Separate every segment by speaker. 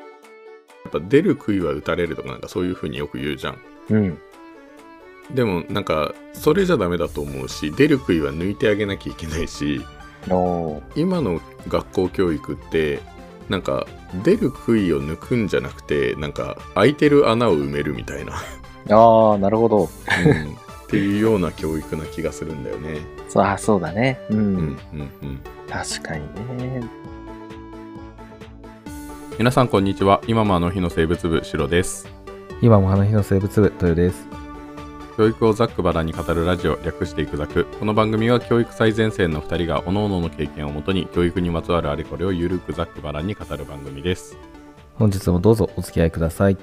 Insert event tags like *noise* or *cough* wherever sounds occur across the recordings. Speaker 1: やっぱ出る杭は打たれるとかなんかそういう風によく言うじゃん
Speaker 2: うん。
Speaker 1: でもなんかそれじゃダメだと思うし出る杭は抜いてあげなきゃいけないし
Speaker 2: おー
Speaker 1: 今の学校教育ってなんか出る杭を抜くんじゃなくてなんか空いてる穴を埋めるみたいな、
Speaker 2: ああ、なるほど。
Speaker 1: うんっていうような教育な気がするんだよね。
Speaker 2: そうあーそうだね。う。
Speaker 1: うんんうんうん
Speaker 2: 確かにね。
Speaker 1: 皆さんこんにちは今もあの日の生物部シロです
Speaker 3: 今も花火の生物部豊です
Speaker 1: 教育をざっくばらんに語るラジオ略していくざくこの番組は教育最前線の2人が各々の経験をもとに教育にまつわるあれこれをゆるくざっくばらんに語る番組です
Speaker 3: 本日もどうぞお付き合いください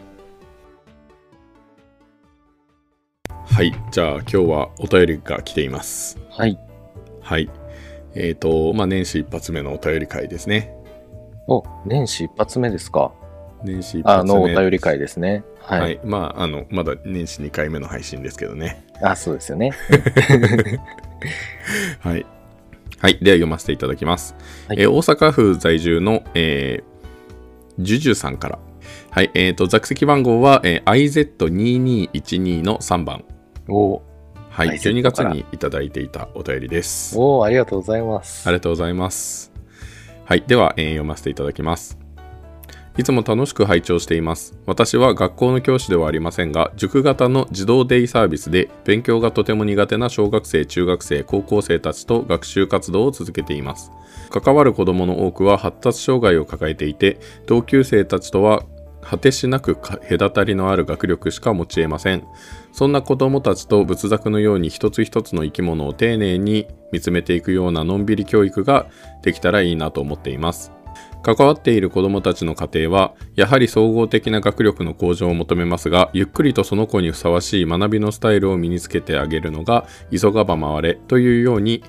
Speaker 1: はいじゃあ今日はお便りが来ています
Speaker 2: はい。
Speaker 1: はいえーとまあ年始一発目のお便り会ですね
Speaker 2: お、年始一発目ですか。
Speaker 1: 年始一
Speaker 2: あ
Speaker 1: 発目
Speaker 2: の、お便り会ですね。
Speaker 1: はい、
Speaker 2: はい。
Speaker 1: まああのまだ年始2回目の配信ですけどね
Speaker 2: あ、そうですよね。
Speaker 1: はい。はい。では読ませていただきます。
Speaker 2: はい
Speaker 1: えー大阪府在住の、えー、ジュジュさんから。はい。えっ、と、座席番号は、えー、IZ2212 の3番。
Speaker 2: お
Speaker 1: はい。12
Speaker 2: IZ
Speaker 1: 月
Speaker 2: から
Speaker 1: にいただいていたお便りです。
Speaker 2: おーありがとうございます。
Speaker 1: ありがとうございます。はい。では、えー読ませていただきます。いつも楽しく拝聴しています。私は学校の教師ではありませんが、塾型の児童デイサービスで、勉強がとても苦手な小学生、中学生、高校生たちと学習活動を続けています。関わる子どもの多くは発達障害を抱えていて、同級生たちとは果てしなくか隔たりのある学力しか持ち得ません。そんな子供たちと仏作のように一つ一つの生き物を丁寧に見つめていくようなのんびり教育ができたらいいなと思っています。関わっている子供たちの家庭は、やはり総合的な学力の向上を求めますが、ゆっくりとその子にふさわしい学びのスタイルを身につけてあげるのが、急がば回れというように、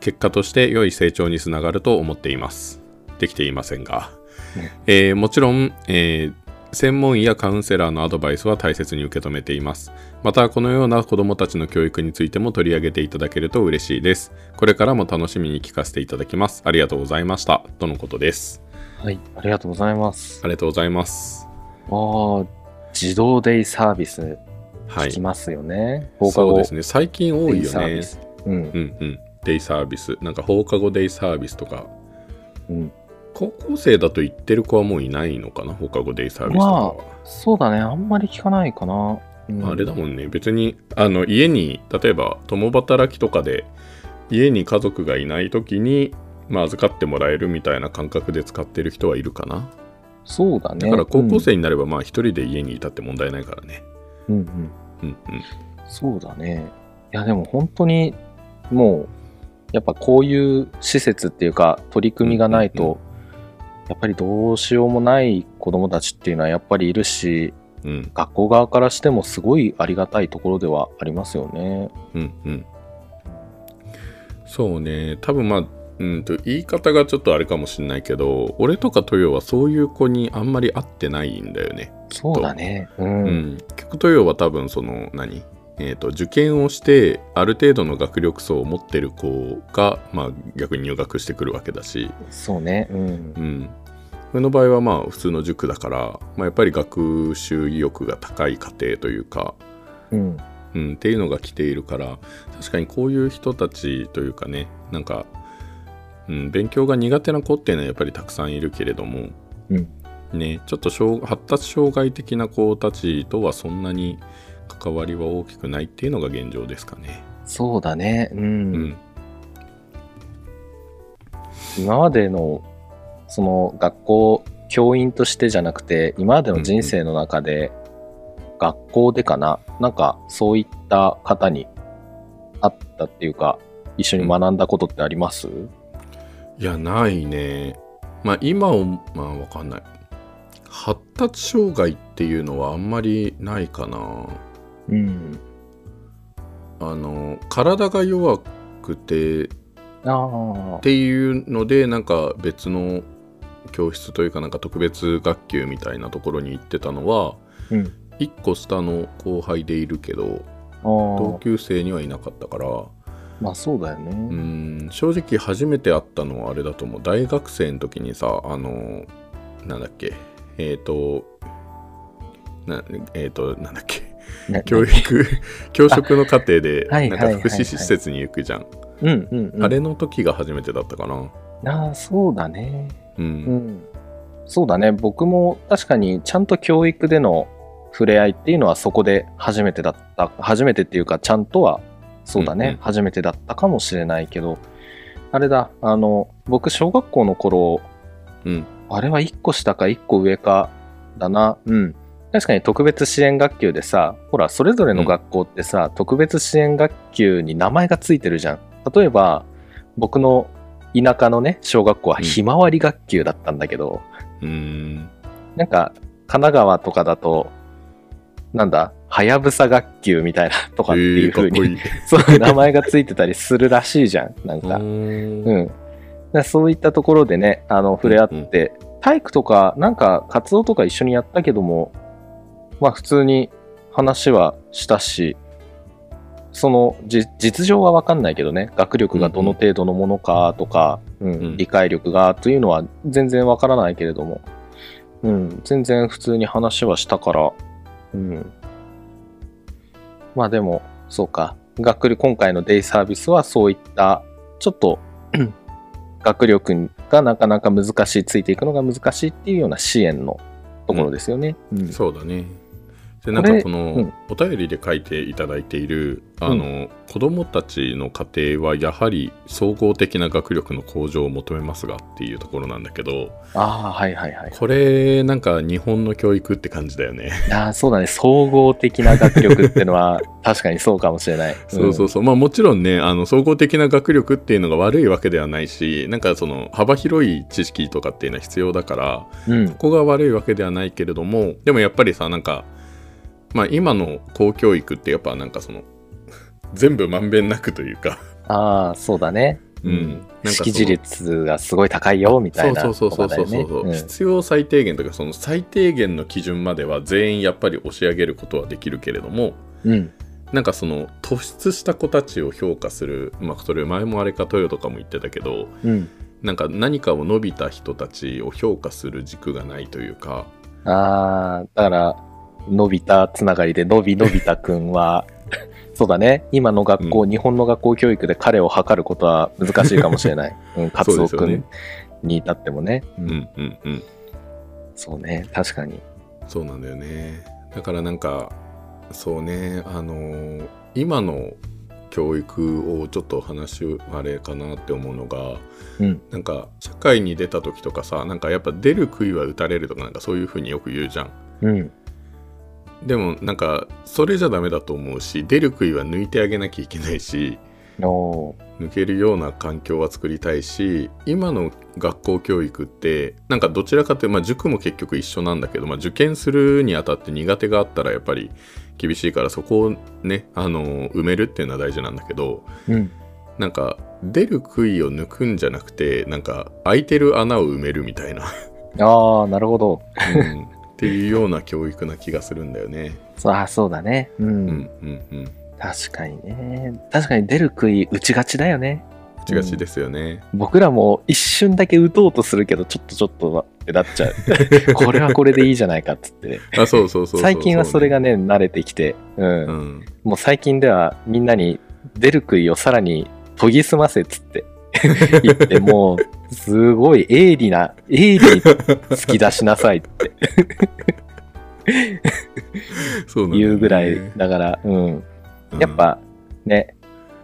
Speaker 1: 結果として良い成長につながると思っています。できていませんが。えーもちろん、えー専門医やカウンセラーのアドバイスは大切に受け止めています。また、このような子どもたちの教育についても取り上げていただけると嬉しいです。これからも楽しみに聞かせていただきます。ありがとうございました。とのことです。
Speaker 2: はい。ありがとうございます
Speaker 1: あ。りがとうございます。
Speaker 2: ああ、自動デイサービス
Speaker 1: は
Speaker 2: 聞き
Speaker 1: い。
Speaker 2: ますよね。
Speaker 1: そうです
Speaker 2: ね。
Speaker 1: ね。最近多
Speaker 2: デ
Speaker 1: い
Speaker 2: イ
Speaker 1: よ
Speaker 2: サー
Speaker 1: ね
Speaker 2: ビ。ス。うん
Speaker 1: う。んうん。デイサービス。なんか放課後デイサービスとか。
Speaker 2: うん
Speaker 1: 高校生だと言ってる子はもういないのかな放課後デイサービスとかは。
Speaker 2: そうだね。あんまり聞かないかな。うん
Speaker 1: あれだもんね別にあの家に例えば共働きとかで家に家族がいない時に、まあ、預かってもらえるみたいな感覚で使ってる人はいるかな
Speaker 2: そうだね。
Speaker 1: だから高校
Speaker 2: うん
Speaker 1: 生になればまあ一人で家にいたって問題ないからね
Speaker 2: うんうん。
Speaker 1: うん
Speaker 2: そうだね。いや、でも本当に、もう、やっぱこういう施設っていうか、取り組みがないと、
Speaker 1: うん
Speaker 2: やっぱりどうしようもない子供たちっていうのはやっぱりいるし、
Speaker 1: うんうん
Speaker 2: 学校側からしてもすごいありがたいところではありますよね。
Speaker 1: うんうんそうね多分まあうんと言い方がちょっとあれかもしんないけど俺とか豊はそういう子にあんまり合ってないんだよね
Speaker 2: そうだね。う。
Speaker 1: うんん、結局豊は多分その何、えー、と受験をしてある程度の学力層を持ってる子が、まあ、逆に入学してくるわけだし、
Speaker 2: そうね。うん
Speaker 1: う。ん、俺の場合はまあ普通の塾だから、まあ、やっぱり学習意欲が高い家庭というか、
Speaker 2: うん。
Speaker 1: うん、っていうのが来ているから確かにこういう人たちというかねなんか、うん、勉強が苦手な子っていうのはやっぱりたくさんいるけれども、
Speaker 2: うん
Speaker 1: ね、ちょっと障発達障害的な子たちとはそんなに関わりは大きくないっていうのが現状ですかね。
Speaker 2: そうだね。う。
Speaker 1: うんん、
Speaker 2: 今までの、その学校、教員としてじゃなくて、今までの人生の中で、学校でかな、なんかそういった方に会ったっていうか、一緒に学んだことってあります、
Speaker 1: いやないね。まあ今をまあわかんない。発達障害っていうのはあんまりないかな。
Speaker 2: うん。
Speaker 1: あの体が弱くて
Speaker 2: ああ
Speaker 1: っ。ていうのでなんか別の教室というかなんか特別学級みたいなところに行ってたのは
Speaker 2: うん。
Speaker 1: 1個下の後輩でいるけど同
Speaker 2: あ
Speaker 1: 級生にはいなかったからう
Speaker 2: あ。まあそうだよね。
Speaker 1: ーん正直初めて会ったのはあれだと思う大学生の時にさあのなんだっけえっ、となえっ、となんだっ
Speaker 2: *laughs*
Speaker 1: け
Speaker 2: な
Speaker 1: 教
Speaker 2: *laughs*
Speaker 1: 育教職の過程で
Speaker 2: あは
Speaker 1: ないんか
Speaker 2: はい
Speaker 1: 福
Speaker 2: はい
Speaker 1: 祉施設に行くじゃん、
Speaker 2: うんうん、うん、
Speaker 1: あれの時が初めてだったかな
Speaker 2: ああそうだね
Speaker 1: う
Speaker 2: うんんそうだね僕も確かにちゃんと教育での触れ合いっていうのはそこで初めてだった初めてっていうかちゃんとはそうだね、
Speaker 1: うんうん
Speaker 2: 初めてだったかもしれないけどあれだあの僕小学校の頃
Speaker 1: うん
Speaker 2: あれは1個下か1個上かだな。うん。確かに特別支援学級でさ、ほら、それぞれの学校ってさ、特別支援学級に名前がついてるじゃん。例えば、僕の田舎のね、小学校は
Speaker 1: うん
Speaker 2: ひまわり学級だったんだけど、
Speaker 1: うん
Speaker 2: なんか、神奈川とかだと、なんだ、はやぶさ学級みたいなとかってい
Speaker 1: え
Speaker 2: う
Speaker 1: ー、か
Speaker 2: 風
Speaker 1: っ
Speaker 2: に、
Speaker 1: こいい
Speaker 2: そう、名前がついてたりするらしいじゃん。なんか、
Speaker 1: うん
Speaker 2: うん、だからそういったところでねあの触れ合って、体育とかなんか活動とか一緒にやったけどもまあ普通に話はしたしそのじ実情は分かんないけどね学力がどの程度のものかとか、うん
Speaker 1: うん
Speaker 2: 理解力がというのは全然分からないけれども、うん、全然普通に話はしたから、うん、まあでもそうか学力今回のデイサービスはそういったちょっと *clears throat* 学力がなかなか難しいついていくのが難しいっていうような支援のところですよね。うん
Speaker 1: そうだね。でな
Speaker 2: こ
Speaker 1: ん
Speaker 2: れ
Speaker 1: かこの、
Speaker 2: うん
Speaker 1: お便りで書いていただいているあの、
Speaker 2: う
Speaker 1: 子どもたちの家庭はやはり総合的な学力の向上を求めますがっていうところなんだけど
Speaker 2: ああはいはいはい。
Speaker 1: これなんか日本の教育って感じだよね。
Speaker 2: ああそうだね総合的な学力っていうのは確かにそうかもしれ
Speaker 1: *laughs*
Speaker 2: ない。
Speaker 1: そうそうそうまあもちろんねあの総合的な学力っていうのが悪いわけではないしなんかその幅広い知識とかっていうのは必要だから
Speaker 2: うん。うん
Speaker 1: ここが悪いわけではないけれどもでもやっぱりさなんかまあ今の公教育ってやっぱなんかその *laughs* 全部まんべんなくというか、
Speaker 2: ああそうだね。
Speaker 1: うんなんかその
Speaker 2: 識字率がすごい高いよみたいな
Speaker 1: そうそう
Speaker 2: と
Speaker 1: そ
Speaker 2: か
Speaker 1: う
Speaker 2: だ
Speaker 1: そ
Speaker 2: よ
Speaker 1: うそ
Speaker 2: ね
Speaker 1: うそう、
Speaker 2: うん
Speaker 1: 必要最低限とかその最低限の基準までは全員やっぱり押し上げることはできるけれども
Speaker 2: うん
Speaker 1: なんかその突出した子たちを評価するまあそれ前もあれかトヨとかも言ってたけど
Speaker 2: うん。
Speaker 1: なんか何かを伸びた人たちを評価する軸がないというか
Speaker 2: ああ、だから、のび太つながりで、のびのび太くんは、 *laughs* そうだね、今の学校、日本の学校教育で彼を測ることは難しいかもしれ
Speaker 1: *laughs*
Speaker 2: ない。うん、カツオ
Speaker 1: そう
Speaker 2: く
Speaker 1: ですよ
Speaker 2: んに至ってもね。う
Speaker 1: うんんうんうん
Speaker 2: そうね、確かに。
Speaker 1: そうなんだよねだからなんかそうねあのー今の教育をちょっと話をあれかなって思うのが
Speaker 2: うん。
Speaker 1: なんか社会に出た時とかさなんかやっぱ出る杭は打たれるとかなんかそういう風によく言うじゃん
Speaker 2: うん。
Speaker 1: でもなんかそれじゃダメだと思うし出る杭は抜いてあげなきゃいけないし
Speaker 2: おー
Speaker 1: 抜けるような環境は作りたいし今の学校教育ってなんかどちらかというと、まあ、塾も結局一緒なんだけど、まあ、受験するにあたって苦手があったらやっぱり厳しいからそこをねあの埋めるっていうのは大事なんだけど
Speaker 2: うん。
Speaker 1: なんか出る杭を抜くんじゃなくてなんか空いてる穴を埋めるみたいな、
Speaker 2: ああ、なるほど。
Speaker 1: うんっていうような教育な気がするんだよね。
Speaker 2: そうあーそうだね。う。
Speaker 1: うんんうんうん
Speaker 2: 確かにね。確かに出る杭打ちがちだよね。
Speaker 1: 打ちがちですよね。
Speaker 2: 僕らも一瞬だけ打とうとするけど、ちょっとちょっとってなっちゃう。
Speaker 1: *laughs*
Speaker 2: これはこれでいいじゃないかっつってね。
Speaker 1: あそうそうそうそう
Speaker 2: 最近はそれがね、慣れてきて、うん。
Speaker 1: うん、
Speaker 2: もう最近ではみんなに出る杭をさらに研ぎ澄ませっつって *laughs* 言って、もう、すごい鋭利な、鋭利に突き出しなさいって
Speaker 1: そうなんだよね
Speaker 2: いうぐらいだから、うん。
Speaker 1: うん
Speaker 2: やっぱね、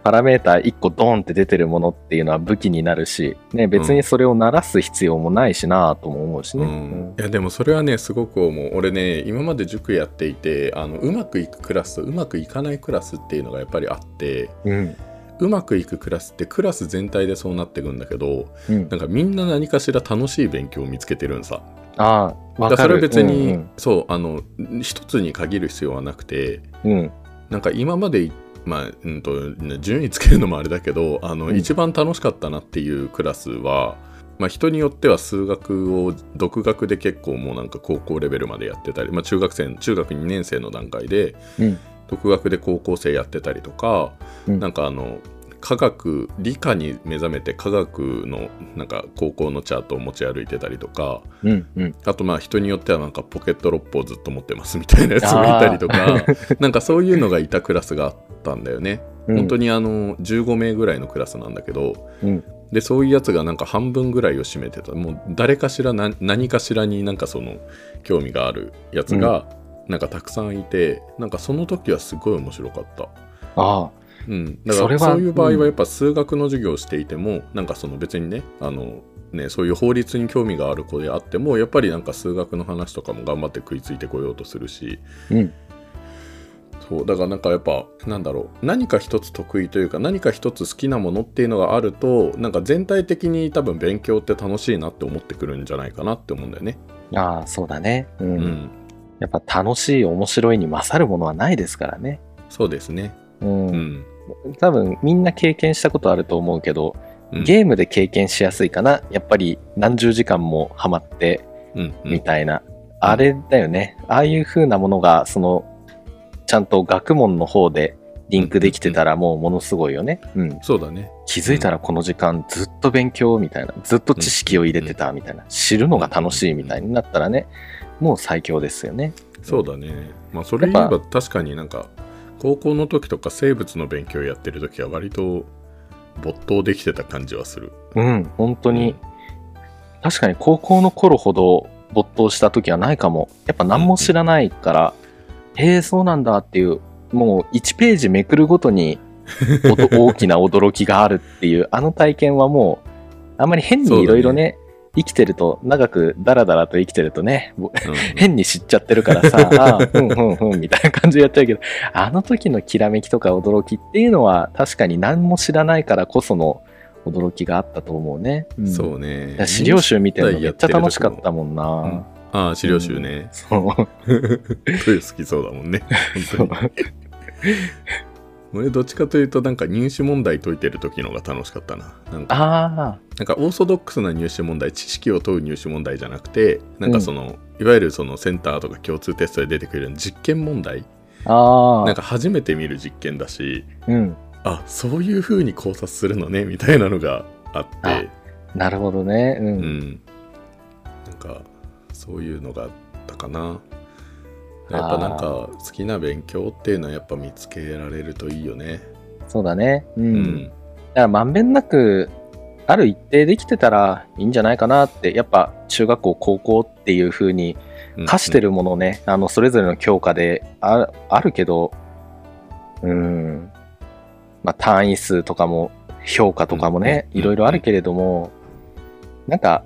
Speaker 2: パラメータ1個ドーンって出てるものっていうのは武器になるし、ね、別にそれを鳴らす必要もないしなぁとも思うしね。
Speaker 1: う
Speaker 2: うん
Speaker 1: ん、いやでもそれはねすごく思う俺ね今まで塾やっていてあのうまくいくクラスとうまくいかないクラスっていうのがやっぱりあって
Speaker 2: うん。
Speaker 1: うまくいくクラスってクラス全体でそうなっていくんだけど
Speaker 2: うん
Speaker 1: なんかみんな何かしら楽しい勉強を見つけてるんさ
Speaker 2: ああ、
Speaker 1: だか
Speaker 2: わから
Speaker 1: それ
Speaker 2: る。
Speaker 1: は別に、
Speaker 2: うん
Speaker 1: そうあの一つに限る必要はなくて
Speaker 2: うん、うん
Speaker 1: なんか今までまあ、うんと順位つけるのもあれだけどあの、
Speaker 2: うん
Speaker 1: 一番楽しかったなっていうクラスは、まあ、人によっては数学を独学で結構もうなんか高校レベルまでやってたり、まあ、中学生中学2年生の段階で
Speaker 2: うん
Speaker 1: 独学で高校生やってたりとか、
Speaker 2: うん
Speaker 1: なんかあの科学理科に目覚めて科学のなんか高校のチャートを持ち歩いてたりとか
Speaker 2: うんうん。
Speaker 1: あとまあ人によってはなんかポケット6本ずっと持ってますみたいなやつもいたりとか *laughs* なんかそういうのがいたクラスがあったんだよね。本当
Speaker 2: に。
Speaker 1: にあの15名ぐらいのクラスなんだけど、
Speaker 2: うん
Speaker 1: でそういうやつがなんか半分ぐらいを占めてたもう誰かしら何何かしらになんかその興味があるやつがなんかたくさんいて、なんかその時はすごい面白かった。
Speaker 2: あ
Speaker 1: うん、だか
Speaker 2: それ
Speaker 1: ら
Speaker 2: は
Speaker 1: そういう場合
Speaker 2: うん
Speaker 1: はやっぱ数学の授業をしていても、なんかその別にねあのねそういう法律に興味がある子であってもやっぱりなんか数学の話とかも頑張って食いついてこようとするし、
Speaker 2: うん
Speaker 1: そうだからなんかやっぱなんだろう何か一つ得意というか何か一つ好きなものっていうのがあるとなんか全体的に多分勉強って楽しいなって思ってくるんじゃないかなって思うんだよね。
Speaker 2: あ。ああ、そうだね。うん。
Speaker 1: うん、
Speaker 2: やっぱ楽しい、面白いに勝るものはないですからね。
Speaker 1: そうですね、
Speaker 2: うん。
Speaker 1: うん
Speaker 2: 多分みんな経験したことあると思うけど、
Speaker 1: うん
Speaker 2: ゲームで経験しやすいかな。やっぱり何十時間もハマって
Speaker 1: うんうん
Speaker 2: みたいな。あれだよね。ああいう風なものが、その、ちゃんと学問の方でリンクできてたらもうものすごいよね。うん。
Speaker 1: そうだね
Speaker 2: 気づいたらこの時間ずっと勉強みたいな、ずっと知識を入れてたみたいな、知るのが楽しいみたいになったらね、もう最強ですよね。
Speaker 1: そうだね。まあ、それ言え
Speaker 2: や
Speaker 1: ば確かになんか、高校の時とか生物の勉強やってる時は割と没頭できてた感じはする。
Speaker 2: うん、本当に、確かに高校の頃ほど没頭した時はないかも。やっぱ何も知らないから、へえ、そうなんだっていう、もう1ページめくるごとにお *laughs* と大きな驚きがあるっていう、あの体験はもう、あんまり変にいろいろね、生きてると、長くダラダラと生きてるとね、
Speaker 1: うん
Speaker 2: 変に知っちゃって
Speaker 1: *laughs*
Speaker 2: るからさ、ああうんうんうんみたいな感じでやっちゃうけど、あの時のきらめきとか驚きっていうのは確かに何も知らないからこその驚きがあったと思うね。うん *laughs*
Speaker 1: そうね
Speaker 2: だから。資料集見てるのめっちゃ楽しかったもんな。
Speaker 1: うんああ、資料集ね。
Speaker 2: そう。
Speaker 1: トヨ好きそうだもんね。本当に。俺どっちかというとなんか入試問題解いてる時のが楽しかったな。なんか
Speaker 2: ああ、
Speaker 1: なんかオーソドックスな入試問題知識を問う入試問題じゃなくてなんかその、いわゆるそのセンターとか共通テストで出てくる実験問題
Speaker 2: ああ、
Speaker 1: なんか初めて見る実験だし
Speaker 2: うん。
Speaker 1: あそういう風に考察するのねみたいなのがあって
Speaker 2: あなるほどね。うん。
Speaker 1: うんなんかそういうのがあったかなやっぱなんか好きな勉強っていうのはやっぱ見つけられるといいよね
Speaker 2: そうだね。う。
Speaker 1: うん
Speaker 2: だからまんべんなくある一定できてたらいいんじゃないかなってやっぱ中学校高校っていう風に課して
Speaker 1: る
Speaker 2: るものね、あのそれぞれの教科でああるけどうんまあ単位数とかも評価とかもね、
Speaker 1: うん
Speaker 2: いろいろあるけれども、なんか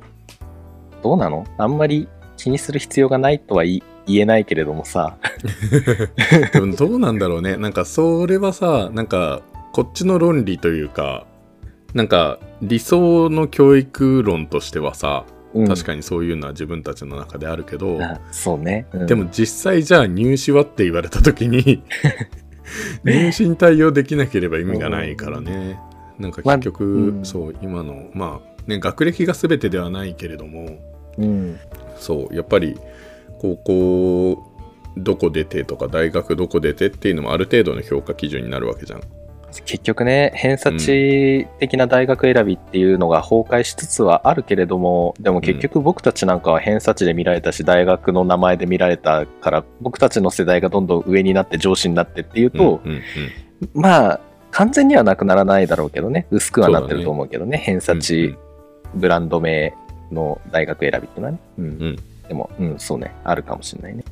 Speaker 2: どうなのあんまり気にする必要がないとは言い言えないけれどもさ
Speaker 1: でもどうなんだろうねなんかそれはさなんかこっちの論理というかなんか理想の教育論としてはさ確
Speaker 2: か
Speaker 1: かにそういうのは自分たちの中であるけど、
Speaker 2: そうね、うん
Speaker 1: でも実際じゃあ入試はって言われた時
Speaker 2: *laughs*
Speaker 1: に入試に対応できなければ意味がないからねなんか結局、
Speaker 2: まあうん
Speaker 1: そう今のまあね学歴が全てではないけれども
Speaker 2: うん
Speaker 1: そうやっぱり高校どこ出てとか大学どこ出てっていうのもある程度の評価基準になるわけじゃん。
Speaker 2: 結局ね偏差値的な大学選びっていうのが崩壊しつつはあるけれどもでも結局僕たちなんかは偏差値で見られたし大学の名前で見られたから僕たちの世代がどんどん上になって上司になってっていうと、
Speaker 1: うんうんうん
Speaker 2: まあ完全にはなくならないだろうけどね薄くはなってると思うけどね偏差値、ブランド名の大学選びってのはね、うん
Speaker 1: ん
Speaker 2: でもうんそうねあるかもしれないね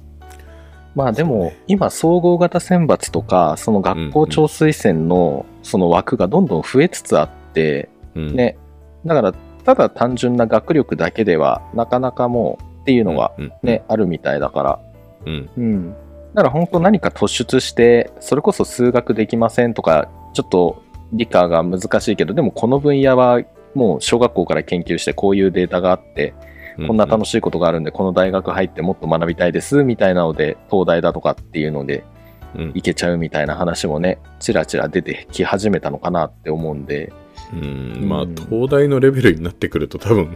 Speaker 2: まあでも、今総合型選抜とかその学校長推薦のその枠がどんどん増えつつあって、
Speaker 1: うんうん、
Speaker 2: ねだからただ単純な学力だけではなかなかもうっていうのが
Speaker 1: うん
Speaker 2: ね、あるみたいだから
Speaker 1: うんうん
Speaker 2: うん。だから本当何か突出して、それこそ数学できませんとか、ちょっと理科が難しいけど、でもこの分野はもう小学校から研究してこういうデータがあって、
Speaker 1: うん、
Speaker 2: こんな楽しいことがあるんで、この大学入ってもっと学びたいですみたいなので、東大だとかっていうので
Speaker 1: うん
Speaker 2: いけちゃうみたいな話もね、ちらちら出てき始めたのかなって思うんで、
Speaker 1: うんまあ
Speaker 2: うん
Speaker 1: 東大のレベルになってくると多
Speaker 2: *laughs*
Speaker 1: 分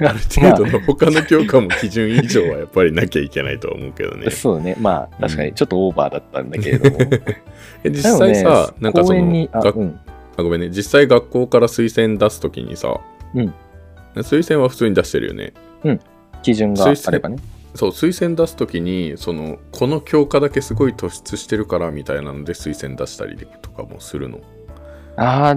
Speaker 1: ある程度の他の教科も基準以上はやっぱりなきゃいけないとは思うけどね
Speaker 2: そうね、まあ確かにちょっとオーバーだったんだけれども。
Speaker 1: *laughs* え実際さ、
Speaker 2: でもね
Speaker 1: なんかそ
Speaker 2: 公園
Speaker 1: の
Speaker 2: にあ
Speaker 1: 学
Speaker 2: うん
Speaker 1: あごめんね実際学校から推薦出す時にさ、
Speaker 2: うん
Speaker 1: 推薦は普通に出してるよね
Speaker 2: 基準があればね。
Speaker 1: そう推薦出す時にそのこの教科だけすごい突出してるからみたいなので推薦出したりとかもするの
Speaker 2: あ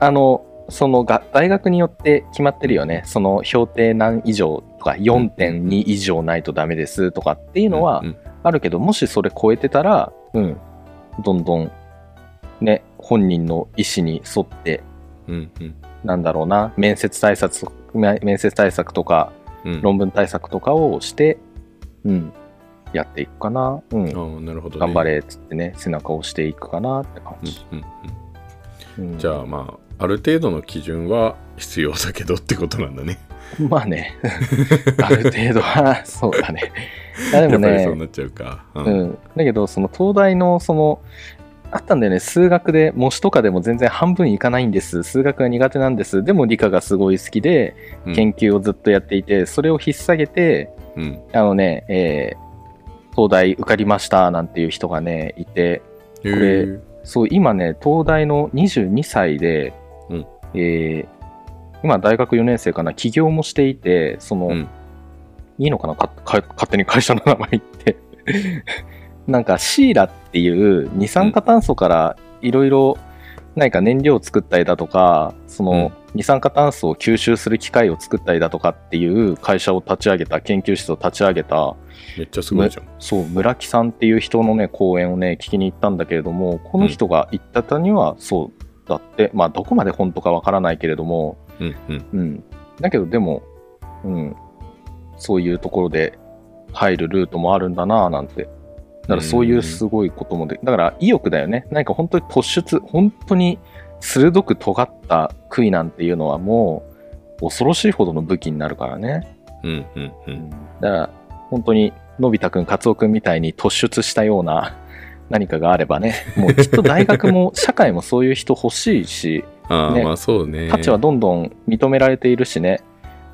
Speaker 2: あ、あの、そのが大学によって決まってるよね。その評定何以上とか4.2以上ないとダメですとかっていうのは
Speaker 1: うんうん
Speaker 2: あるけど、もしそれ超えてたら、うん、どんどんね、本人の意思に沿って、
Speaker 1: うんうん
Speaker 2: なんだろうな、面接対策と面面接対策とか
Speaker 1: うん
Speaker 2: 論文対策とかをして、うん、やっていくかな。うん、
Speaker 1: ああなるほど、ね、
Speaker 2: 頑張れっつってね、背中を押していくかなって感
Speaker 1: うん
Speaker 2: じ。
Speaker 1: うんうん
Speaker 2: うん
Speaker 1: じゃあまあある程度の基準は必要だけどってことなんだね。
Speaker 2: *laughs* まあね、ある程度
Speaker 1: *laughs*
Speaker 2: は、そうだね。いやで
Speaker 1: や
Speaker 2: も
Speaker 1: っぱりそう
Speaker 2: ね、
Speaker 1: なっちゃうか。う
Speaker 2: うん、だけど、その東大の、その、あったんだよね、数学で、模試とかでも全然半分いかないんです、数学が苦手なんです、でも理科がすごい好きで、
Speaker 1: うん
Speaker 2: 研究をずっとやっていて、それを引っ提げて、
Speaker 1: うん
Speaker 2: あのね、えー東大受かりましたなんていう人がね、いて、
Speaker 1: へ
Speaker 2: れ
Speaker 1: ー
Speaker 2: そう、今ね、東大の22歳で、
Speaker 1: うん
Speaker 2: えー今、大学4年生かな、起業もしていて、その、
Speaker 1: うん
Speaker 2: いいのかなかか勝手に会社の名前言って。 *laughs* なんか、シーラっていう二酸化炭素からいろいろ、何か燃料を作ったりだとか、その、二酸化炭素を吸収する機械を作ったりだとかっていう会社を立ち上げた、研究室を立ち上げた、
Speaker 1: めっちゃすごいじゃん。
Speaker 2: そう、村木さんっていう人のね、講演をね、聞きに行ったんだけれども、この人が言ったたには、そうだって、まあ、どこまで本当かわからないけれども、
Speaker 1: うんうん
Speaker 2: うん。だけど、でも、うん、そういうところで入るルートもあるんだなぁ、なんて。だから、そういうすごいこともで、だから、意欲だよね。なんか本当に突出、本当に鋭く尖った杭なんていうのはもう、恐ろしいほどの武器になるからね。
Speaker 1: うんうんうん。
Speaker 2: だから本当にのび太くんカツオくんみたいに突出したような *laughs* 何かがあればねもうきっと大学も社会もそういう人欲しいし
Speaker 1: ああ、
Speaker 2: ね
Speaker 1: まあそうね。
Speaker 2: 価値はどんどん認められているしね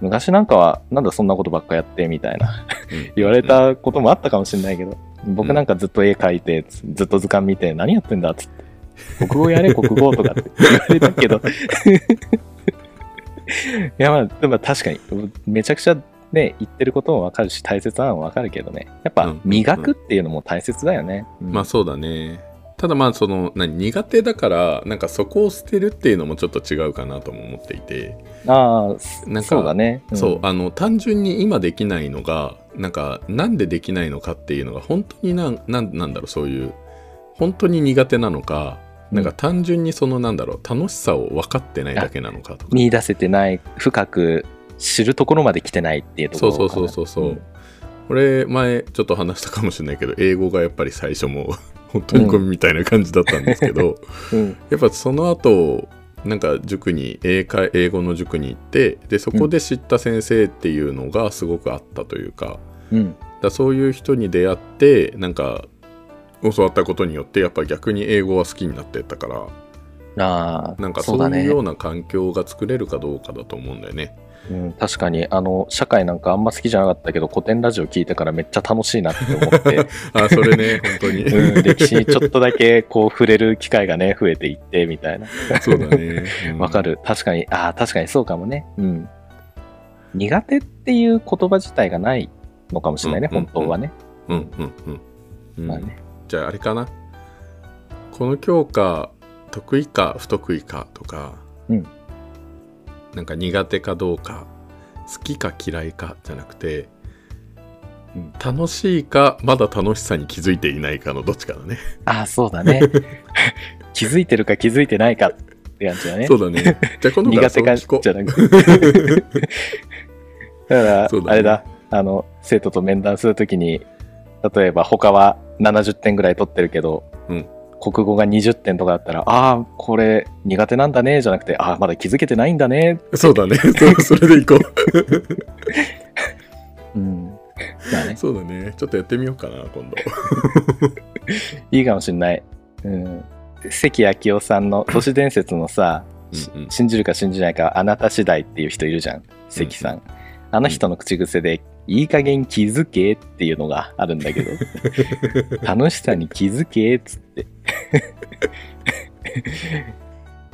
Speaker 2: 昔なんかはなんだそんなことばっかやってみたいな
Speaker 1: うん
Speaker 2: 言われたこともあったかもしれないけど僕なんかずっと絵描いてつずっと図鑑見て何やってんだっつって
Speaker 1: *laughs*
Speaker 2: 国語やれ国語とかって言われたけど *laughs* いやまあでも確かにめちゃくちゃね言ってることもわかるし大切なのもわかるけどねや
Speaker 1: う
Speaker 2: っぱ
Speaker 1: ん
Speaker 2: 磨くっていうのも大切だよね、うん
Speaker 1: まあそうだね。ただまあその何苦手だからなんかそこを捨てるっていうのもちょっと違うかなとも思っていて、
Speaker 2: あ
Speaker 1: なん
Speaker 2: あ
Speaker 1: か
Speaker 2: そうだね、ん
Speaker 1: そうあの単純に今できないのがなんかなんでできないのかっていうのが本当になんなんなんだろうそういう本当に苦手なのかなんか単純にそのなんだろう楽しさを分かってないだけなのかとか
Speaker 2: 見出せてない深く知るところまで来てないっていうとこ
Speaker 1: そう
Speaker 2: ろ
Speaker 1: そう
Speaker 2: か
Speaker 1: そ
Speaker 2: な
Speaker 1: うそうそう、俺前ちょっと話したかもしれないけど英語がやっぱり最初もう *laughs* 本当にゴミみたいな感じだったんですけど、
Speaker 2: うんうん
Speaker 1: やっぱその後なんか塾に英会英語の塾に行ってでそこで知った先生っていうのがすごくあったというか,、
Speaker 2: うん
Speaker 1: だそういう人に出会ってなんか教わったことによってやっぱ逆に英語は好きになってったから
Speaker 2: ああ
Speaker 1: なんか
Speaker 2: そ
Speaker 1: そ
Speaker 2: うだ
Speaker 1: うい
Speaker 2: ね
Speaker 1: うような環境が作れるかどうかだと思うんだよね。
Speaker 2: うん、確かにあの社会なんかあんま好きじゃなかったけど古典ラジオ聞いてからめっちゃ楽しいなって思
Speaker 1: *laughs*
Speaker 2: って、
Speaker 1: あそれね本当に、
Speaker 2: うん、歴史にちょっとだけこう触れる機会がね増えていってみたいな
Speaker 1: *laughs* そうだね。うん
Speaker 2: わかる確かにああ確かにそうかもねうん苦手っていう言葉自体がないのかもしれないね、
Speaker 1: うんうんうん
Speaker 2: 本当はね、
Speaker 1: うんうんうんうん
Speaker 2: まあね
Speaker 1: じゃああれかなこの教科得意か不得意かとか、
Speaker 2: うん
Speaker 1: なんか苦手かどうか好きか嫌いかじゃなくて、
Speaker 2: うん
Speaker 1: 楽しいかまだ楽しさに気づいていないかのどっちかだね
Speaker 2: ああそう
Speaker 1: *laughs*
Speaker 2: だね気づいてるか気づいてないかって感じだね
Speaker 1: そうだねじゃあ今度から
Speaker 2: *laughs* 苦
Speaker 1: そ
Speaker 2: 手
Speaker 1: う
Speaker 2: か
Speaker 1: 聞こ
Speaker 2: じゃ
Speaker 1: う
Speaker 2: なくてだか
Speaker 1: そうだね
Speaker 2: らあれだあの生徒と面談するときに例えば他は70点ぐらい取ってるけど、
Speaker 1: うん
Speaker 2: 国語が20点とかだったら「ああこれ苦手なんだね」じゃなくて「ああまだ気づけてないんだね
Speaker 1: *laughs* そうだね
Speaker 2: *laughs*
Speaker 1: そうそれでいこう」 *laughs*
Speaker 2: うんまあね、
Speaker 1: そうだねちょっとやってみようかな今度
Speaker 2: いいかもしんない、うん、関明夫さんの都市伝説のさし
Speaker 1: *laughs* うんうん
Speaker 2: 信じるか信じないかはあなた次第っていう人いるじゃん関さん、あの人の口癖で「いい加減気づけ」っていうのがあるん
Speaker 1: *laughs*
Speaker 2: だけど楽しさに気づけっつって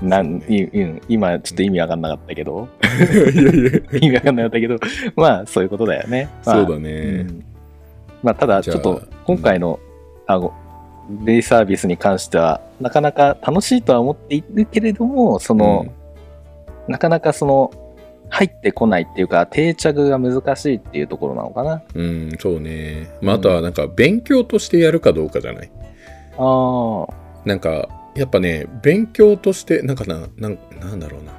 Speaker 2: なん
Speaker 1: そうね
Speaker 2: いうん今ちょっと意味わかんなかったけど、
Speaker 1: いやいや、
Speaker 2: 意味わかんなかったけど、 *laughs* まあそういうことだよね。まあ
Speaker 1: そうだ
Speaker 2: う
Speaker 1: ね。
Speaker 2: んまあ、ただ、
Speaker 1: じ
Speaker 2: ち
Speaker 1: ゃあ
Speaker 2: ょっと今回の、あごデイサービスに関しては、なかなか楽しいとは思っているけれども、その、なかなかその、入ってこないっていうか、定着が難しいっていうところなのかな。
Speaker 1: うん、うん、そうね。まあ、あとはなんか勉強としてやるかどうかじゃない。
Speaker 2: あ
Speaker 1: なんか、やっぱね、勉強として、なんかな、なんなんだろうな。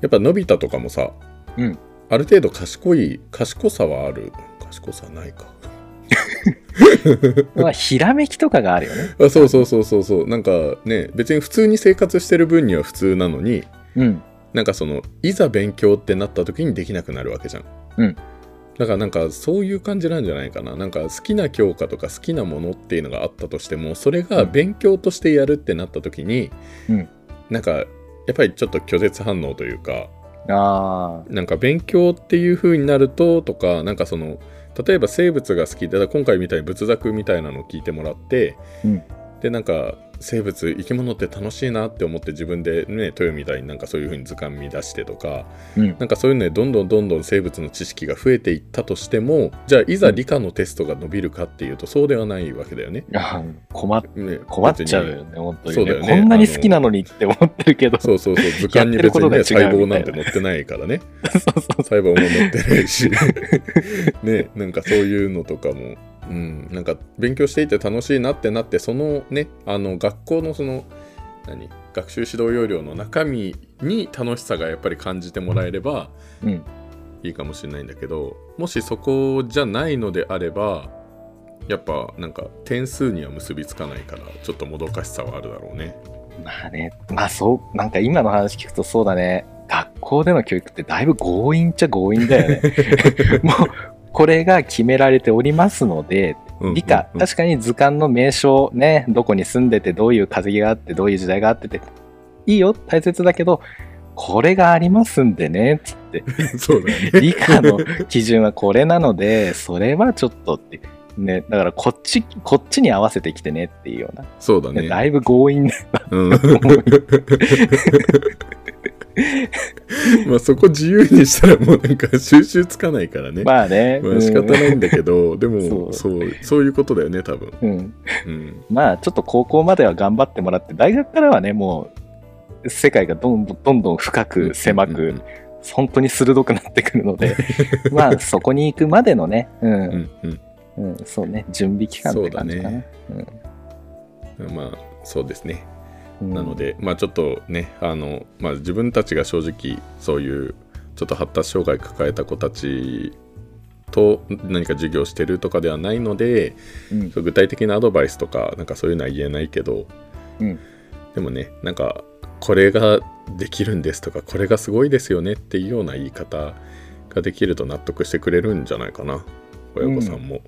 Speaker 1: やっぱのび太とかもさ、
Speaker 2: うん
Speaker 1: ある程度賢い、賢さはある。賢さないか。
Speaker 2: あ。まあ、ひらめきとかがあるよね。
Speaker 1: あそうそうそうそうそう。なんかね、別に普通に生活してる分には普通なのに、
Speaker 2: うん。
Speaker 1: なんかそのいざ勉強ってなった時にできなくなるわけじゃん。
Speaker 2: うん
Speaker 1: だからなんかそういう感じなんじゃないかな。なんか好きな教科とか好きなものっていうのがあったとしてもそれが勉強としてやるってなった時に、
Speaker 2: うん
Speaker 1: なんかやっぱりちょっと拒絶反応というか
Speaker 2: ああ。
Speaker 1: なんか勉強っていう風になるととかなんかその例えば生物が好きでだから今回みたいに仏作みたいなのを聞いてもらって、
Speaker 2: うん
Speaker 1: でなんか生物生き物って楽しいなって思って自分でね豊みたいになんかそういう風に図鑑見出してとか
Speaker 2: うん。
Speaker 1: なんかそういうのでどんどんどんどん生物の知識が増えていったとしてもじゃあいざ理科のテストが伸びるかっていうとそうではないわけだよね。
Speaker 2: あー困っ
Speaker 1: ね
Speaker 2: 困っちゃうよ
Speaker 1: 別に
Speaker 2: ね、本当
Speaker 1: そ
Speaker 2: に
Speaker 1: うだ
Speaker 2: ね
Speaker 1: よね
Speaker 2: こんなに好きなのにって思ってるけど、
Speaker 1: そうそうそう図鑑に
Speaker 2: やってる
Speaker 1: 別
Speaker 2: こと
Speaker 1: に
Speaker 2: が違
Speaker 1: ね細胞
Speaker 2: うみた
Speaker 1: ないん
Speaker 2: な
Speaker 1: て載ってないからね。
Speaker 2: *laughs* そうそう
Speaker 1: 細胞も持ってないし *laughs* ねなんかそういうのとかも、うん、なんか勉強していて楽しいなってなってそのねあの学校のその何学習指導要領の中身に楽しさがやっぱり感じてもらえれば
Speaker 2: うん
Speaker 1: いいかもしれないんだけどもしそこじゃないのであればやっぱなんか点数には結びつかないからちょっともどかしさはあるだろうね。
Speaker 2: まあね、まあそう、なんか今の話聞くとそうだね。学校での教育ってだいぶ強引っちゃ強引だよ
Speaker 1: *laughs*
Speaker 2: ね。もう、これが決められておりますので、
Speaker 1: うん
Speaker 2: 理科、
Speaker 1: うんうん
Speaker 2: 確かに図鑑の名称ね、どこに住んでて、どういう稼ぎがあって、どういう時代があってて、いいよ、大切だけど、これがありますんでね、つ
Speaker 1: *laughs*
Speaker 2: って。
Speaker 1: *laughs* そうだよね。
Speaker 2: 理科の基準はこれなので、それはちょっとって。ね、だからこっち、こっちに合わせてきてねっていうよ *laughs* うな。
Speaker 1: そうだ
Speaker 2: ね、だ
Speaker 1: ね。
Speaker 2: いぶ
Speaker 1: *laughs*
Speaker 2: 強引だ
Speaker 1: うん
Speaker 2: と思う。
Speaker 1: まあそこ自由にしたらもうなんか収集つかないからね。まあ
Speaker 2: まあね。
Speaker 1: 仕方
Speaker 2: うん
Speaker 1: ないんだけど、でもそ
Speaker 2: そう
Speaker 1: そういうことだよね多分、
Speaker 2: うん、
Speaker 1: うん、
Speaker 2: まあちょっと高校までは頑張ってもらって大学からはねもう世界がどんどんどんどん深く狭
Speaker 1: うんうんうん
Speaker 2: く本当に鋭くなってくるので *laughs* まあそこに行くまでのね、うん
Speaker 1: うんうん
Speaker 2: うんそうね準備期間って感じかな、
Speaker 1: まあそうですね、
Speaker 2: うん
Speaker 1: なのでまあちょっとねあの、まあ、自分たちが正直そういうちょっと発達障害抱えた子たちと何か授業してるとかではないので、
Speaker 2: うん
Speaker 1: 具体的なアドバイスとかなんかそういうのは言えないけど、
Speaker 2: うん
Speaker 1: でもねなんかこれができるんですとかこれがすごいですよねっていうような言い方ができると納得してくれるんじゃないかな親御さんも、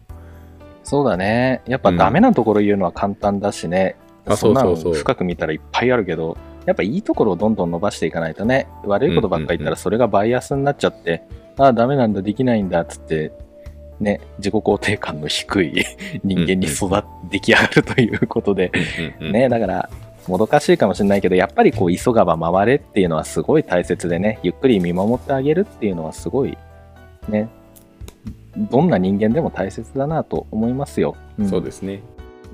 Speaker 2: そうだねやっぱダメなところ言うのは簡単だしね、
Speaker 1: うんあ
Speaker 2: そんなの
Speaker 1: そうそうそう
Speaker 2: 深く見たらいっぱいあるけどやっぱいいところをどんどん伸ばしていかないとね悪いことばっかり言っ
Speaker 1: うん
Speaker 2: た
Speaker 1: うんうん
Speaker 2: らそれがバイアスになっちゃって、ああダメなんだできないんだっつってね自己肯定感の低い *laughs* 人間に育っ出来上がるということで、
Speaker 1: うんうん
Speaker 2: ねだからもどかしいかもしれないけどやっぱりこう急がば回れっていうのはすごい大切でねゆっくり見守ってあげるっていうのはすごいねどんな人間でも大切だなと思いますよ。ん
Speaker 1: そうですね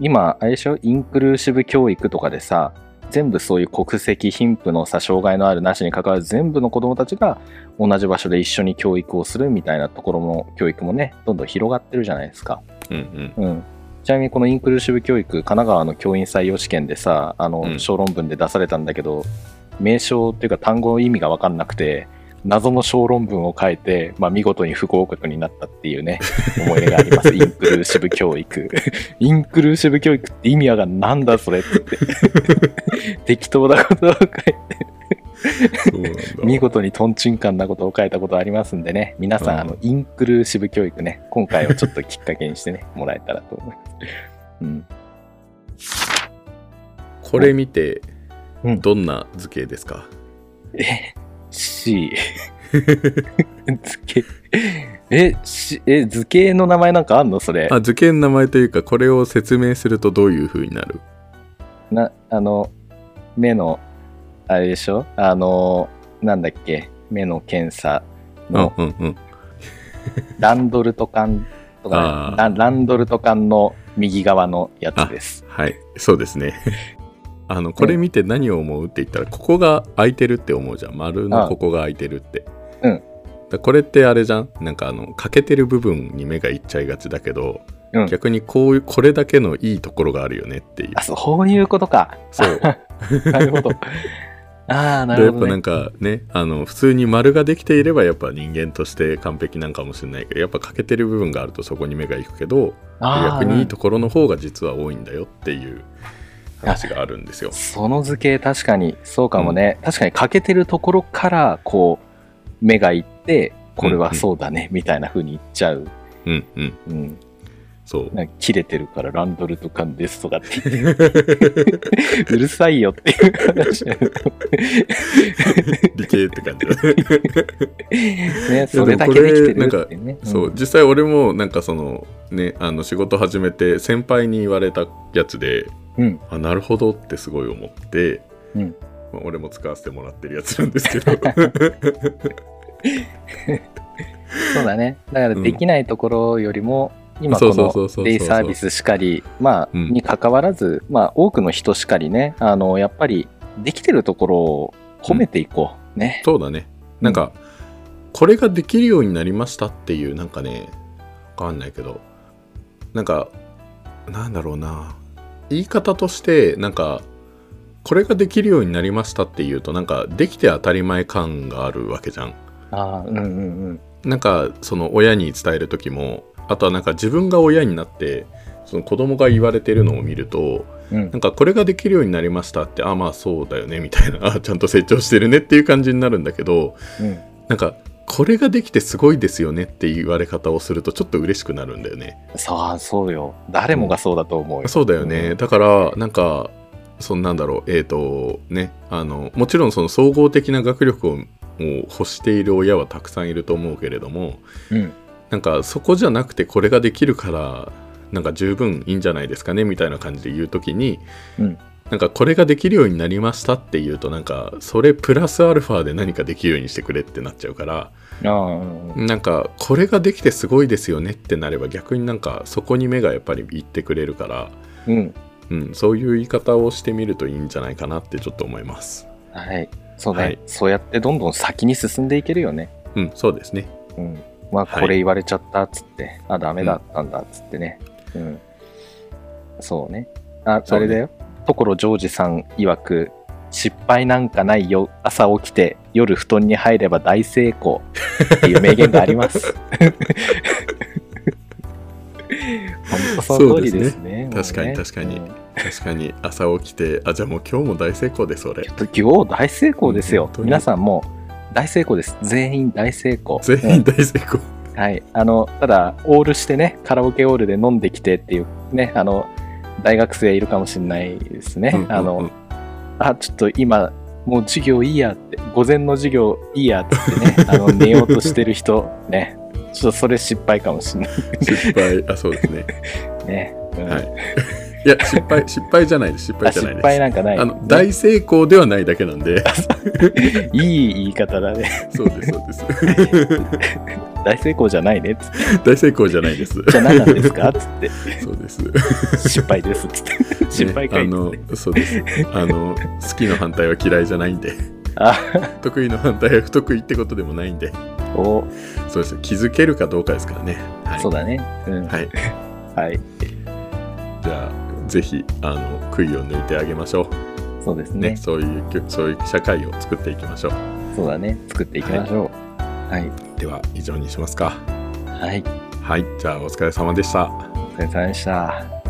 Speaker 2: 今あれでしょインクルーシブ教育とかでさ全部そういう国籍貧富の差障害のあるなしに関わらず全部の子どもたちが同じ場所で一緒に教育をするみたいなところも教育もねどんどん広がってるじゃないですか、
Speaker 1: うん
Speaker 2: *laughs*
Speaker 1: うん
Speaker 2: うん、ちなみにこのインクルーシブ教育神奈川の教員採用試験でさあの、
Speaker 1: うん
Speaker 2: 小論文で出されたんだけど名称っていうか単語の意味が分かんなくて謎の小論文を書いて、まあ、見事に不合格になったっていう
Speaker 1: *laughs*
Speaker 2: ね思い出がありますインクルーシブ教育 *laughs* インクルーシブ教育って意味はがなんだそれって言って
Speaker 1: *laughs*
Speaker 2: 適当なことを書いて
Speaker 1: そうなんだ
Speaker 2: 見事にトンチンカンなことを書いたことありますんでね皆さん、
Speaker 1: うん
Speaker 2: あのインクルーシブ教育ね今回をちょっときっかけにしてねもらえたらと思います、うん、
Speaker 1: これ見て
Speaker 2: うん
Speaker 1: どんな図形ですか、
Speaker 2: C *laughs* 図形えしえ図形の名前なんかあんのそれ
Speaker 1: あ図形の名前というかこれを説明するとどういう風になる
Speaker 2: なあの目のあれでしょあの、なんだっけ、目の検査
Speaker 1: うん
Speaker 2: の
Speaker 1: うんうん。
Speaker 2: ランドルト缶と
Speaker 1: あ
Speaker 2: か、
Speaker 1: ー
Speaker 2: ラランドルト缶の右側のやつです。
Speaker 1: はい、そうですね。 *laughs* あの、これ見て何を思うって言ったら、ここが空いてるって思うじゃん。丸
Speaker 2: あ
Speaker 1: の
Speaker 2: あ
Speaker 1: ここが空いてるって。
Speaker 2: うん
Speaker 1: だこれってあれじゃんなんかあの欠けてる部分に目がいっちゃいがちだけど、
Speaker 2: うん
Speaker 1: 逆にこういうこれだけのいいところがあるよねっていう
Speaker 2: あ、そういうことか。
Speaker 1: そう
Speaker 2: なる
Speaker 1: *laughs*
Speaker 2: ほど。あ *laughs* あ、な
Speaker 1: や
Speaker 2: る
Speaker 1: っぱ
Speaker 2: ほど、
Speaker 1: な
Speaker 2: ね。
Speaker 1: んかねあの普通に丸ができていればやっぱ人間として完璧なんかもしれないけどやっぱ欠けてる部分があるとそこに目がいくけど
Speaker 2: あ
Speaker 1: 逆
Speaker 2: ー
Speaker 1: にいいところの方が実は多いんだよっていう話があるんですよ。
Speaker 2: その図形確かにそうかもね、確かに欠けてるところからこう目がいってこれはそうだねみたいな風に言っちゃう、
Speaker 1: うんうん
Speaker 2: うん、
Speaker 1: そう
Speaker 2: なんか切れてるからランドルト缶ですと
Speaker 1: *laughs*
Speaker 2: かって言ってうるさいよっていう話
Speaker 1: 理系って感じだね
Speaker 2: ねそれだけできてるってね
Speaker 1: そう実際俺もなんかそのねあの仕事始めて先輩に言われたやつで
Speaker 2: うん
Speaker 1: あなるほどってすごい思って、
Speaker 2: うん
Speaker 1: まあ俺も使わせてもらってるやつなんですけど *laughs*
Speaker 2: そうだねだからできないところよりも、今
Speaker 1: そ
Speaker 2: こ
Speaker 1: うそうそうそうそ
Speaker 2: の
Speaker 1: う
Speaker 2: デイサービスしかり、まあ、
Speaker 1: うん
Speaker 2: に関わらず、まあ、多くの人しかりね、あの、やっぱり、できてるところを褒めていこう。ね。
Speaker 1: そうだねなんか、これができるようになりましたっていうなんかねわかんないけどなんかなんだろうな言い方としてなんかこれができるようになりましたっていうとなんかできて当たり前感があるわけじゃん。
Speaker 2: ああ、うんうんうん。
Speaker 1: なんかその親に伝える時もあとはなんか自分が親になってその子供が言われてるのを見ると
Speaker 2: うん
Speaker 1: なんかこれができるようになりましたってあまあそうだよねみたいな *laughs* あちゃんと成長してるねっていう感じになるんだけど
Speaker 2: うん、
Speaker 1: なんかこれができてすごいですよねって言われ方をするとちょっと嬉しくなるんだよね
Speaker 2: さあそうよ誰もがそうだと思うよ、
Speaker 1: そうだよねだからなんかそのなんだろうえっ、とねあのもちろんその総合的な学力をもう欲している親はたくさんいると思うけれども、
Speaker 2: うん
Speaker 1: なんかそこじゃなくてこれができるからなんか十分いいんじゃないですかねみたいな感じで言う時に、
Speaker 2: うん
Speaker 1: なんかこれができるようになりましたっていうとなんかそれプラスアルファで何かできるようにしてくれってなっちゃうから
Speaker 2: ああうんうん
Speaker 1: なんかこれができてすごいですよねってなれば逆になんかそこに目がやっぱりいってくれるから、
Speaker 2: うん
Speaker 1: うん、そういう言い方をしてみるといいんじゃないかなってちょっと思います。
Speaker 2: はいそうね、
Speaker 1: はい
Speaker 2: そうやってどんどん先に進んでいけるよね
Speaker 1: うん、そうですね。
Speaker 2: うんまあ
Speaker 1: はい
Speaker 2: これ言われちゃったっつって、あダメだったんだっつってねうん、そうねあ
Speaker 1: そう
Speaker 2: あ
Speaker 1: ね
Speaker 2: れだよ所ジョージさん曰く失敗なんかないよ朝起きて夜布団に入れば大成功っていう名言があります
Speaker 1: *laughs*
Speaker 2: 本当その通り
Speaker 1: そう
Speaker 2: ですね
Speaker 1: ですね
Speaker 2: もうね
Speaker 1: 確かに確かに
Speaker 2: うん
Speaker 1: 確かに朝起きてあじゃあもう今日も大成功です俺
Speaker 2: 今日大成功です
Speaker 1: うん
Speaker 2: よ
Speaker 1: 本。当に
Speaker 2: 皆さんもう大成功です。全員大成功。
Speaker 1: 全員大成功。
Speaker 2: うんはい。あの、ただ、オールしてね、カラオケオールで飲んできてっていう、ね、あの、大学生いるかもしれないですね。
Speaker 1: うんうんうん
Speaker 2: あの、あ、ちょっと今、もう授業いいやって、午前の授業いいやっつ
Speaker 1: *laughs*
Speaker 2: ってね、あの、寝ようとしてる人、ね、ちょっとそれ失敗かもしれない
Speaker 1: 失敗あそうですね
Speaker 2: ね。うん
Speaker 1: はいいや失敗失敗じゃないです失敗
Speaker 2: あ
Speaker 1: じゃ
Speaker 2: 失
Speaker 1: ないです
Speaker 2: 敗なんかない。
Speaker 1: あの大成功ではないだけなんで *laughs*
Speaker 2: ねいい言い方だね。
Speaker 1: そうですそうです
Speaker 2: 大成功じゃないねっつって。
Speaker 1: 大成功じゃない
Speaker 2: *laughs*
Speaker 1: です
Speaker 2: じゃあ何なんですかっつって。
Speaker 1: そうです
Speaker 2: 失敗ですっつって失敗かい
Speaker 1: ねあ
Speaker 2: っつっ
Speaker 1: の
Speaker 2: て
Speaker 1: そうですあの好きの反対は嫌いじゃないんで
Speaker 2: あ
Speaker 1: 得意の反対は不得意ってことでもないんで
Speaker 2: お
Speaker 1: そうです気づけるかどうかですからねはい
Speaker 2: そうだねうん
Speaker 1: はい
Speaker 2: はい
Speaker 1: じゃあぜひあの悔いを抜いてあげましょ
Speaker 2: そうです
Speaker 1: うね
Speaker 2: ね
Speaker 1: そういうきょそういう社会を作っていきましょう
Speaker 2: そうだね作っていきましょうはい
Speaker 1: では以上にしますか
Speaker 2: はい
Speaker 1: はいじゃあお疲れ様でした
Speaker 2: お疲れ様でした